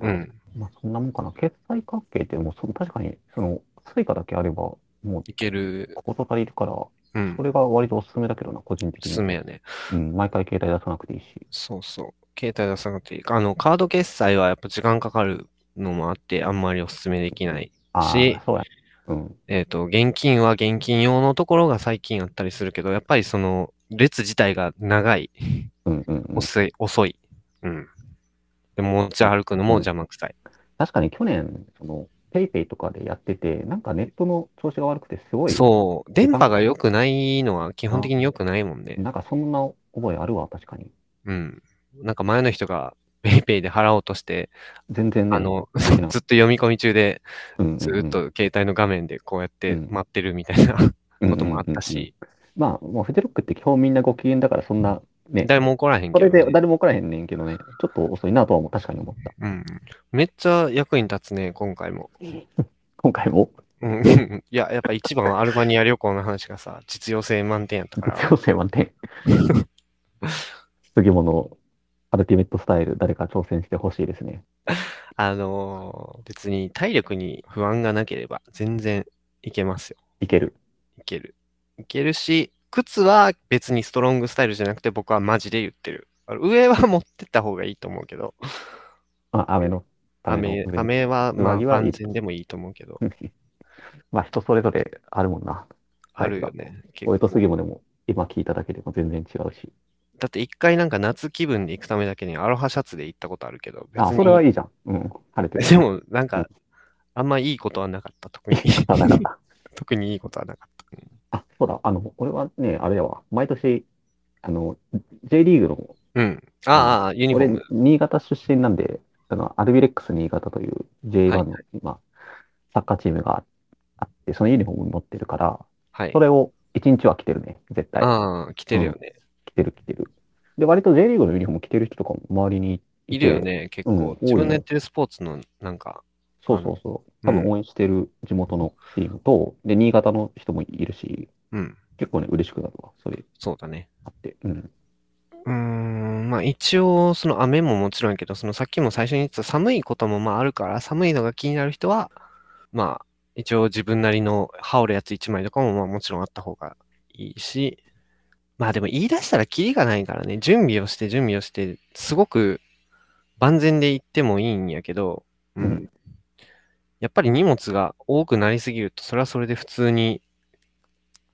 S1: うん。
S2: まあ、そんなもんかな。決済関係って、もうそ、確かに、その、スイカだけあれば、もう、
S1: いける。
S2: ここと足りるから、
S1: うん
S2: こ。れが割とおすすめだけどな、個人
S1: お
S2: 的
S1: す
S2: に。
S1: すめやね。
S2: うん、毎回携帯出さなくていいし。
S1: そうそう。携帯出さなくていいか。あの、カード決済はやっぱ時間かかるのもあって、あんまりおすすめできない。
S2: ああ
S1: し、
S2: そうや。うん。
S1: えっ、と、現金は現金用のところが最近あったりするけど、やっぱりその、列自体が長い、
S2: うんうんうん。
S1: 遅い、遅い。うん。で、持ち歩くのも邪魔くさい。
S2: 確かに去年、その、ペイペイとかでやってて、なんかネットの調子が悪くて、すごい、
S1: そう。電波が良くないのは基本的に良くないもんね。
S2: なんかそんな覚えあるわ、確かに。
S1: うん。なんか前の人が、ペイペイで払おうとして、
S2: 全然ね、
S1: あの、
S2: できな
S1: ずっと読み込み中で、
S2: うんうんうん
S1: ずっと携帯の画面でこうやって
S2: うん
S1: 待ってるみたいなこともあった
S2: うんうんうんうん
S1: し、
S2: まあ、もうフジロックって基本みんなご機嫌だから、そんな、ね、
S1: 誰も怒らへん
S2: こ
S1: け
S2: れ
S1: ど
S2: で
S1: ね。
S2: 誰も怒らへんねんけどね、ちょっと遅いなとはもう確かに思った。
S1: うん。めっちゃ役に立つね、今回も。
S2: 今回も、
S1: うんうん *laughs* いや、やっぱ一番はアルバニア旅行の話がさ、実用性満点やった
S2: *laughs*
S1: から。
S2: 強制
S1: *laughs*
S2: はね、次もの、アルティメットスタイル、誰か挑戦してほしいですね。
S1: あのー別に体力に不安がなければ全然いけますよ。
S2: いける。
S1: いける。いけるし、靴は別にストロングスタイルじゃなくて僕はマジで言ってる。あの上は持ってった方がいいと思うけど、
S2: あ、雨の、
S1: 雨、
S2: の
S1: 雨はまあ
S2: 上着はいい
S1: 万全でもいいと思うけど、
S2: *laughs* まあ人それぞれあるもんな。
S1: あるよね。結
S2: 俺と
S1: 構
S2: 杉もでも、今聞いただけでも全然違うし。
S1: だって一回なんか夏気分で行くためだけにアロハシャツで行ったことあるけど、
S2: あ、
S1: 別
S2: それは
S1: に
S2: いいじゃん。うん、晴れてる。
S1: でもなん
S2: う
S1: か
S2: ん、
S1: あんまいいことはなかった。
S2: *laughs*
S1: 特に、
S2: あ、なかった。
S1: 特にいいことはなかった。
S2: あ、そうだ、あの、俺はね、あれだわ、毎年、あの、J リーグの、
S1: うん。ああ、ユニフォー
S2: 俺
S1: ム。、
S2: 新潟出身なんで、あの、アルビレックス新潟という J1
S1: はい
S2: の、今、サッカーチームがあって、そのユニフォーム持ってるから、
S1: はい
S2: そ。れを一日は着てるね、絶対。
S1: ああ、来てるよね。
S2: 着てる着てる。で、割と J リーグのユニフォーム着てる人とかも周りにい
S1: いるよ
S2: て、
S1: ね、結
S2: うん多い
S1: 構
S2: よ。
S1: 自分のやってるスポーツの、なんか、
S2: そうそうそう。
S1: あ
S2: 多
S1: の
S2: 分応援してる地元のチームと、で、新潟の人もいるし、
S1: うん、
S2: 結構ね、嬉しくなるわ、それ
S1: そうだね。
S2: あって。うん。
S1: うーん、まあ一応、その雨ももちろんやけど、そのさっきも最初に言ってた寒いこともまああるから、寒いのが気になる人は、まあ一応自分なりの羽織るやつ1枚とかもまあもちろんあった方がいいし、まあでも言い出したらキリがないからね、準備をして準備をして、すごく万全で行ってもいいんやけど、う
S2: うんん。
S1: やっぱり荷物が多くなりすぎると、それはそれで普通に、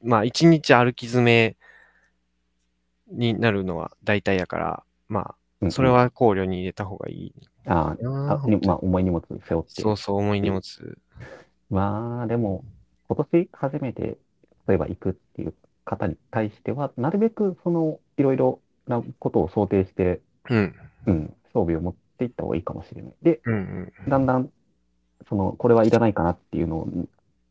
S1: まあ、一日歩き詰めになるのは大体やから、ま
S2: うんう
S1: あ、
S2: ん
S1: それは考慮に入れた方がいい
S2: あ
S1: な
S2: あ、にまあ、重い荷物背負って。
S1: そうそう、重い荷物。
S2: まあ、でも、今年初めて、例えば行くっていう方に対しては、なるべく、その、いろいろなことを想定して、
S1: うん。
S2: うん、装備を持っていった方がいいかもしれない。で、
S1: うんうん。
S2: だんだん、その、これはいらないかなっていうのを、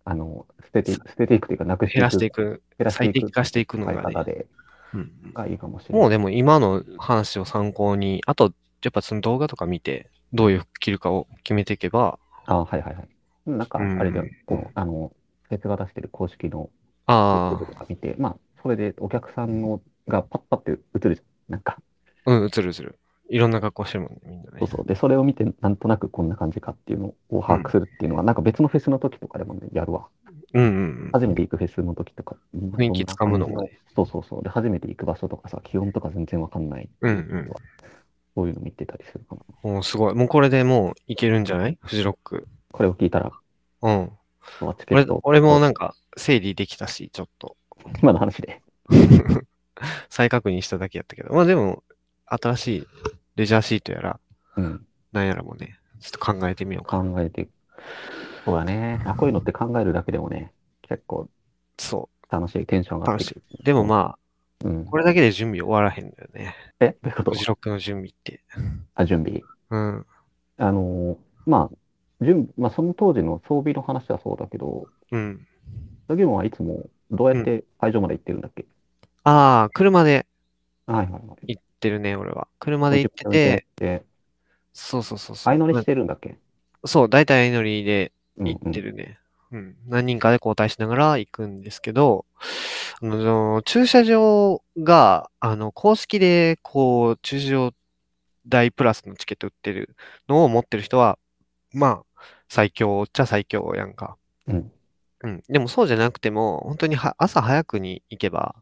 S2: あの、捨てて、捨てていくというか、なくしてい
S1: 減らしてい
S2: く、
S1: く、
S2: 減らして
S1: 最
S2: いく
S1: 適化していくの
S2: 使い
S1: がね
S2: 方。で、
S1: うん
S2: がいいかもしれない。
S1: もうでも今の話を参考に、あと、やっぱその動画とか見て、どういう服着るかを決めていけば、
S2: ああ、はいはいはい。なんか、
S1: うん
S2: あれじゃん、この、あの、フェスが出してる公式の
S1: あ
S2: YouTube とか見て、まあ、それでお客さんのがパッパって映るじゃん。なんか、
S1: あ、うん、映る映る。いろんな格好してるもんね、みんなね。
S2: そうそう。で、それを見て、なんとなくこんな感じかっていうのを把握するっていうのは、なんか別のフェスの時とかでもね、やるわ。
S1: うんうん
S2: 初めて行くフェスの時とか、雰
S1: 雰囲気つかむのもね
S2: そうそうそう。で、初めて行く場所とかさ、気温とか全然わかんない。
S1: うん。うんうん。
S2: そういうの見てたりするかな。
S1: もうすごい。もうこれでもういけるんじゃないフジロック。
S2: これを聞いたら、
S1: うん。
S2: まあチケ
S1: 俺
S2: ット、
S1: 俺もなんか整理できたし、ちょっと。 *laughs*
S2: 今の話で。
S1: 再確認しただけやったけど。まあでも、新しいレジャーシートやら、
S2: うん。
S1: なんやらもね、ちょっと考えてみようか。
S2: 考えて、そうだね。あ、こういうのって考えるだけでもね、結構
S1: そ
S2: 楽しい、テンション上がってくる。
S1: う。でもま
S2: うん
S1: あ、。これだけで準備終わらへんだよね。
S2: え、どういうこと
S1: フジロックの準備って。
S2: あ、準備。
S1: うん。
S2: あのーまあ、準備、まあ、その当時の装備の話はそうだけど、
S1: うん。
S2: ドギモンはいつもどうやって会場まで行ってるんだっけ、
S1: ああ、車で
S2: はいはいはい。
S1: 行ってるね、俺は。車で行ってて、
S2: で、
S1: そうそうそうそう。
S2: 相乗りしてるんだっけ
S1: そう、大体相乗りで
S2: うん
S1: 行って
S2: る。
S1: るね。うん。何人かで交代しながら行くんですけど、あの、その駐車場が、あの、公式で、こう、駐車場代プラスのチケット売ってるのを持ってる人は、まあ、最強っちゃ最強やんか。
S2: うん。
S1: うん。でもそうじゃなくても、本当には朝早くに行けば、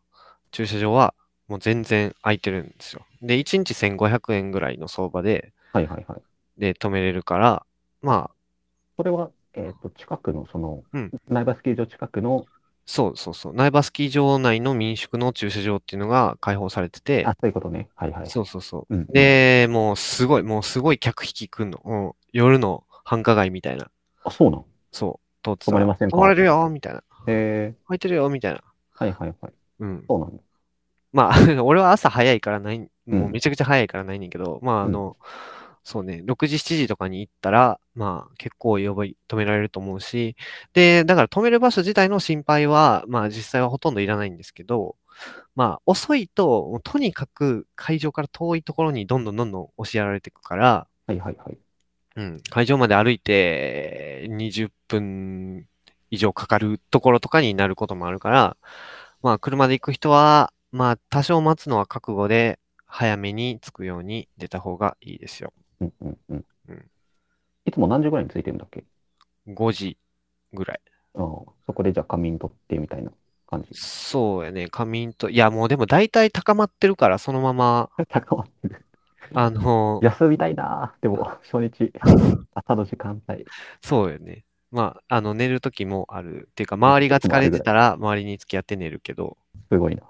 S1: 駐車場はもう全然空いてるんですよ。で、1日1500円ぐらいの相場で、
S2: はいはいはい。
S1: で、止めれるから、まあ、
S2: それは、えっと、近くの、その
S1: うん、
S2: 苗場スキー場近くの、
S1: そうそうそう、苗場スキー場内の民宿の駐車場っていうのが開放されてて
S2: あ、、そういうことね。はいはい。
S1: そうそうそう。
S2: うん。
S1: で、もうすごい、もうすごい客引き来んの。うん夜の繁華街みたいな。
S2: あ、そうなん。
S1: そう、通って
S2: 泊まれませんか
S1: 泊まれるよ、みたいな。
S2: へえ、
S1: 空いてるよ、みたいな。
S2: はいはいはい。
S1: うん。
S2: そうなんだ。
S1: まあ、 *laughs* 俺は朝早いからない、もううんめちゃくちゃ早いからないねんけど、まあ、あの、そうね、6時、7時とかに行ったら、まあ、結構呼び止められると思うし、で、だから止める場所自体の心配は、まあ、実際はほとんどいらないんですけど、まあ、遅いと、もうとにかく会場から遠いところにどんどんどんどん押しやられていくから、
S2: はいはいはい。
S1: うん、会場まで歩いて20分以上かかるところとかになることもあるから、まあ、車で行く人は、まあ、多少待つのは覚悟で、早めに着くように出た方がいいですよ。
S2: うんうんうん
S1: うん。
S2: いつも何時ぐらいに着いてるんだっけ
S1: 5時ぐらい。
S2: ああ、そこでじゃあ仮眠取ってみたいな感じ。
S1: そうやね、仮眠と、いや、もうでも大体高まってるから、そのまま、
S2: *laughs* 高まってる。
S1: あの、
S2: 休みたいなー。でも、初 *laughs* 日、朝の時間帯。
S1: そうよね。まあ、あの、寝る時もある。っていうか、周りが疲れてたら、周りに付き合って寝るけど、
S2: すごいな。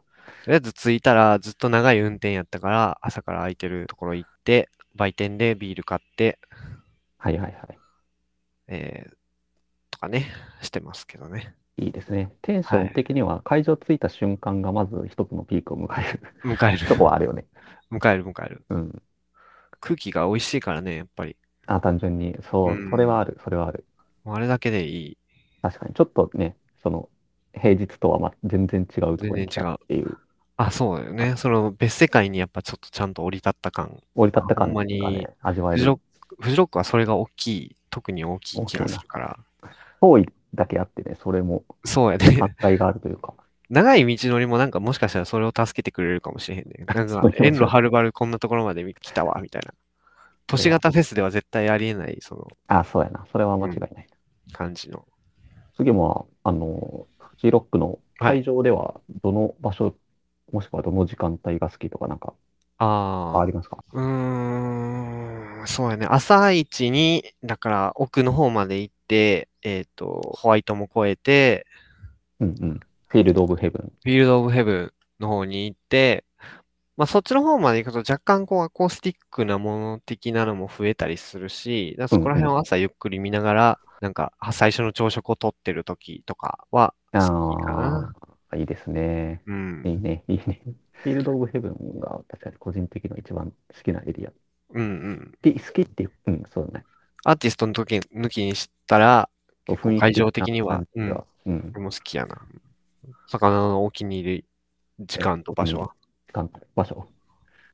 S1: とりあえず着いたらずっと長い運転やったから朝から空いてるところ行って売店でビール買って、
S2: はいはいは
S1: えーとかねしてますけどね
S2: い。いいですね。テンション的には会場着いた瞬間がまず一つのピークを迎える *laughs*
S1: 迎える
S2: とこはあるよね。
S1: 迎える迎える
S2: うん。
S1: 空気が美味しいからねやっぱり
S2: あ、単純に。そうう、
S1: ん
S2: それはある。それはある。
S1: もうあれだけでいい
S2: 確かに。ちょっとね、その、平日とはま全然違うところに来たっていう、
S1: あそうだよねその別世界にやっぱちょっとちゃんと降り立った感
S2: 折り立った感
S1: ほんま
S2: と
S1: に
S2: かね、味わえ
S1: フジ
S2: る
S1: ロ。ックフジロックはそれが大きい特に大きい気がするから
S2: 遠いだけあってね、それも
S1: そうやね
S2: 反対があるというか。
S1: 長い道のりもなんかもしかしたらそれを助けてくれるかもしれへん
S2: *laughs*
S1: ね。なん
S2: そう
S1: か
S2: そうそう
S1: 遠路はるばるこんなところまで来たわ、みたいな。都市型フェスでは絶対ありえない、その
S2: あ、そうやな。それは間違いない。
S1: 感じの。
S2: 次も、あの、フジロックの会場では、どの場所、もしくはどの時間帯が好きとか、なんか、あ
S1: あ
S2: りますか
S1: あ。うーん、そうやね。朝一に、だから奥の方まで行って、えっ、と、ホワイトも越えて、
S2: うんうん。フィールド・オブ・ヘブン。
S1: フィールド・オブ・ヘブンの方に行って、まあ、そっちの方まで行くと若干こうアコースティックなもの的なのも増えたりするし、だからそこら辺を朝ゆっくり見ながら、なんかは最初の朝食をとってる時とかは好きかな。
S2: ああ、いいですね。
S1: うん
S2: いいね、いいね。フィールド・オブ・ヘブンが、確かに個人的には一番好きなエリア。
S1: うんうん。
S2: で、好きっていう、うん、そうだね。
S1: アーティストの時抜きにしたら、結構
S2: 雰囲気
S1: 会場的には
S2: 感じがうん、
S1: 俺も好きやな。魚のお気に入り時間と場所は。
S2: 時間帯場所。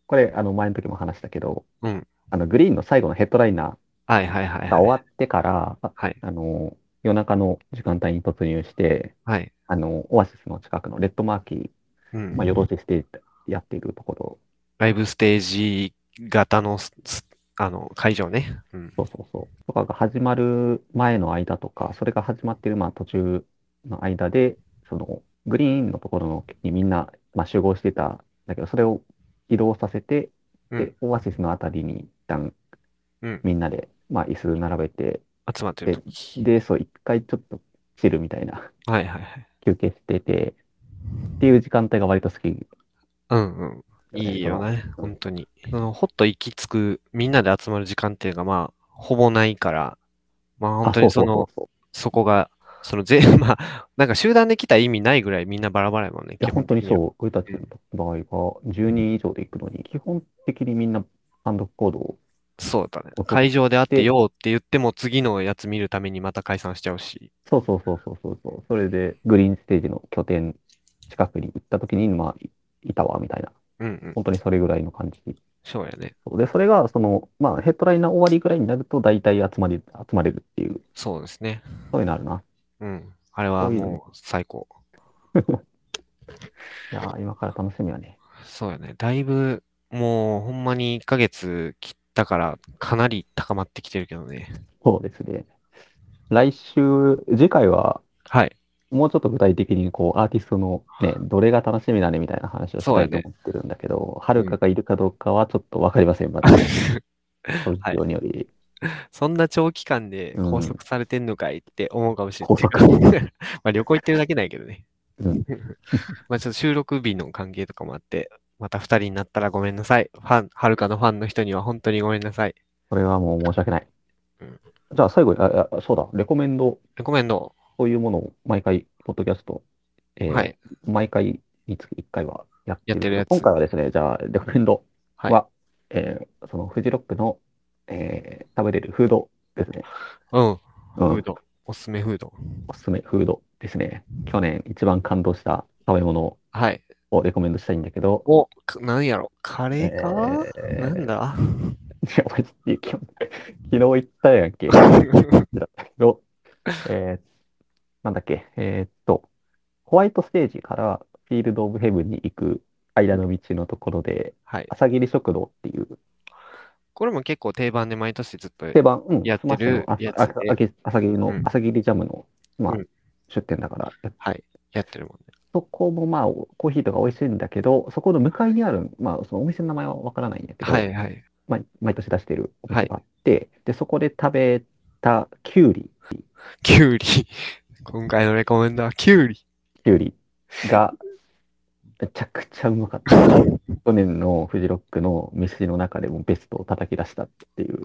S2: これ、あの、前の時も話したけど、
S1: うん
S2: あの、グリーンの最後のヘッドライナ
S1: はいはいはい
S2: ーが
S1: はい。
S2: 終わってから、あ
S1: はい。
S2: あの、夜中の時間帯に突入して、
S1: はい。
S2: あの、オアシスの近くのレッドマーキー、
S1: うん
S2: まあ、夜通ししてやっているとこ
S1: ライブステージ型のススあの会場ね。うん。
S2: ろ、そうそうそう、とかが始まる前の間とか、それが始まってる、まあ、途中の間で、その、グリーンのところのにみんな、まあ、集合してたんだけど、それを移動させて、
S1: う
S2: で
S1: ん、
S2: オアシスのあたりに一旦
S1: うん、
S2: みんなで、まあ、椅子並べて、
S1: 集まってる時。
S2: で、そう、一回ちょっとチルみたいな、
S1: はいはいはい。
S2: 休憩してて、っていう時間帯が割と好きだね。
S1: うんうん。いいよね、
S2: うん
S1: 本当に。その、ほっと行き着く、みんなで集まる時間っていうのが、まあ、ほぼないから、まあ、
S2: あ
S1: 本当にその、そう
S2: うそうそう
S1: こが、その、全、 *laughs* まあ、なんか集団で来た意味ないぐらいみんなバラバラやもんね。
S2: いや、本当に
S1: う。
S2: そう、俺たちの場合は10人以上で行くのに、基本的にみんな単独行動を
S1: そうだね
S2: そう。
S1: 会場で会って
S2: で
S1: ようって言っても、次のやつ見るためにまた解散しちゃうし。
S2: そうそうそうそうそうそう、それでグリーンステージの拠点近くに行った時に、まあ、いいたわみたいな、
S1: うんうん。
S2: 本当にそれぐらいの感じ。
S1: そうやね。
S2: そうで、それが、その、まあ、ヘッドライナー終わりぐらいになると、大体集まり、集まれるっていう、
S1: そうですね。
S2: そういうのあるな。
S1: うん。あれは
S2: そういうのね
S1: もう最高。
S2: いやー、今から楽しみやね。
S1: そうやね。だいぶ、もう、ほんまに1ヶ月切ったから、かなり高まってきてるけどね。
S2: そうですね。来週、次回は、
S1: はい。
S2: もうちょっと具体的にこうアーティストの、ね、どれが楽しみだねみたいな話をしたいと思ってるんだけど、はる、かがいるかどうかはちょっとわかりません、まだ。そう
S1: はい
S2: により、
S1: そんな長期間で拘束されてんのかいって思うかもしれ
S2: 拘
S1: ない。 *laughs* まあ旅行行ってるだけないけどね。
S2: うん
S1: まあちょっと収録日の関係とかもあって、また二人になったらごめんなさい。ファン、はるかのファンの人には本当にごめんなさい。
S2: それはもう申し訳ない
S1: うん。
S2: じゃあ最後に、あ、あそうだ、レコメンド、
S1: レコメンド、
S2: そういうものを毎回、ポッドキャスト、えー
S1: はい、
S2: 毎回につき1回はやって
S1: やってるやつ
S2: 今回はですね、じゃあ、レコメンド
S1: はい
S2: は、えーそのフジロックの、えー食べれるフードですね。
S1: うん、
S2: うん
S1: フード、おすすめフード。
S2: おすすめフードですね。去年一番感動した食べ物
S1: はい。
S2: をレコメンドしたいんだけど、
S1: お、か何やろ、カレーか、
S2: えー
S1: なんだ *laughs*
S2: いや、マジで昨日昨日言ったやんけ。のえーなんだっけ、えーっと、ホワイトステージからフィールド・オブ・ヘブンに行く間の道のところで、
S1: はい。
S2: 朝霧食堂っていう
S1: これも結構定番で毎年ずっと
S2: 定番、うん、
S1: やってる
S2: スマッシュの
S1: やつで
S2: あああ朝霧の
S1: うん、
S2: 朝霧ジャムの、まあ
S1: うん、
S2: 出店だから、
S1: やってるもんね。
S2: そこもまあ、おコーヒーとか美味しいんだけど、そこの向かいにある、まあ、そのお店の名前はわからないんだけど、
S1: はいはい。
S2: まあ、毎年出してるお店があって、で、そこで食べたきゅうり、
S1: キュウリ。今回のレコメンドはキュウリ。
S2: きゅうりが、めちゃくちゃうまかった。去年のフジロックの飯の中でもベストを叩き出したっていう。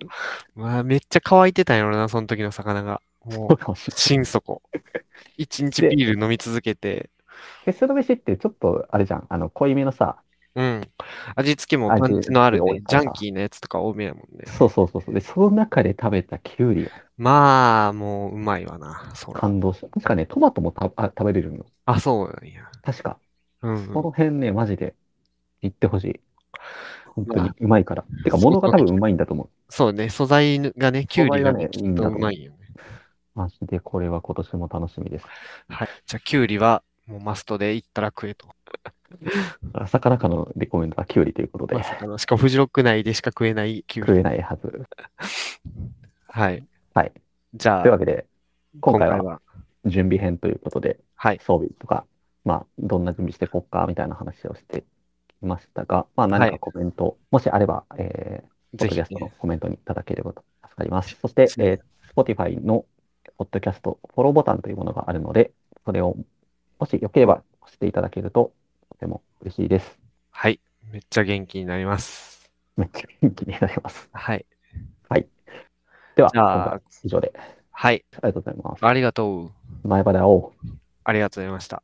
S1: まあ、めっちゃ乾いてたんやろな、その時の魚が。も
S2: *laughs*
S1: う、
S2: かもしれない
S1: 心底。一日ビール飲み続けて、
S2: フェスの飯ってちょっとあれじゃん、あの、濃いめのさ、
S1: うん。味付けも
S2: 味
S1: パンチのある
S2: 多
S1: ね
S2: い。
S1: ジ
S2: から
S1: ャンキーなやつとか多めやもんね。
S2: そうそうそうそう。で、その中で食べたきゅうりが
S1: まあ、もううまいわな。そら。
S2: 感動した。確かね、トマトもたあ食べれるの。
S1: あ、そうなんや。
S2: 確か。
S1: うんうん。
S2: この辺ね、マジで行ってほしい。本当
S1: ま
S2: に
S1: あ
S2: うまいから。てか、物が多分うまいんだと思う。
S1: そうね、素材がね、キュウリがね、
S2: 素
S1: き
S2: 材がね
S1: っとうまいよね。
S2: マジでこれは今年も楽しみです。
S1: はい。じゃあ、キュウリは、もうマストで行ったら食えと。
S2: 朝からかのレコメンドはキュウリということで
S1: ま、さかの、しかもフジロック内でしか食えないキュウリ。
S2: 食えないはず。
S1: はい。
S2: はい。
S1: じゃあ
S2: という、わけで、今回は
S1: は、
S2: 準備編ということで、
S1: はい。
S2: 装備とか、まあ、どんな準備していこうかみたいな話をしてきましたが、まあ、何
S1: は
S2: か
S1: い
S2: コメント、もしあれば、えー、ポ
S1: ぜ
S2: ッド
S1: ひ
S2: キ
S1: ね
S2: ャストのコメントにいただければと助かります。そして、えー、Spotify のポッドキャストフォローボタンというものがあるので、それをもしよければ押していただけるととても嬉しいです。
S1: はい。めっちゃ元気になります。
S2: めっちゃ元気になります。
S1: はい。
S2: では、
S1: じゃあ
S2: 今回は以上で、
S1: はい。
S2: ありがとうございます。
S1: ありがとう。
S2: 前場で会おう。
S1: ありがとうございました。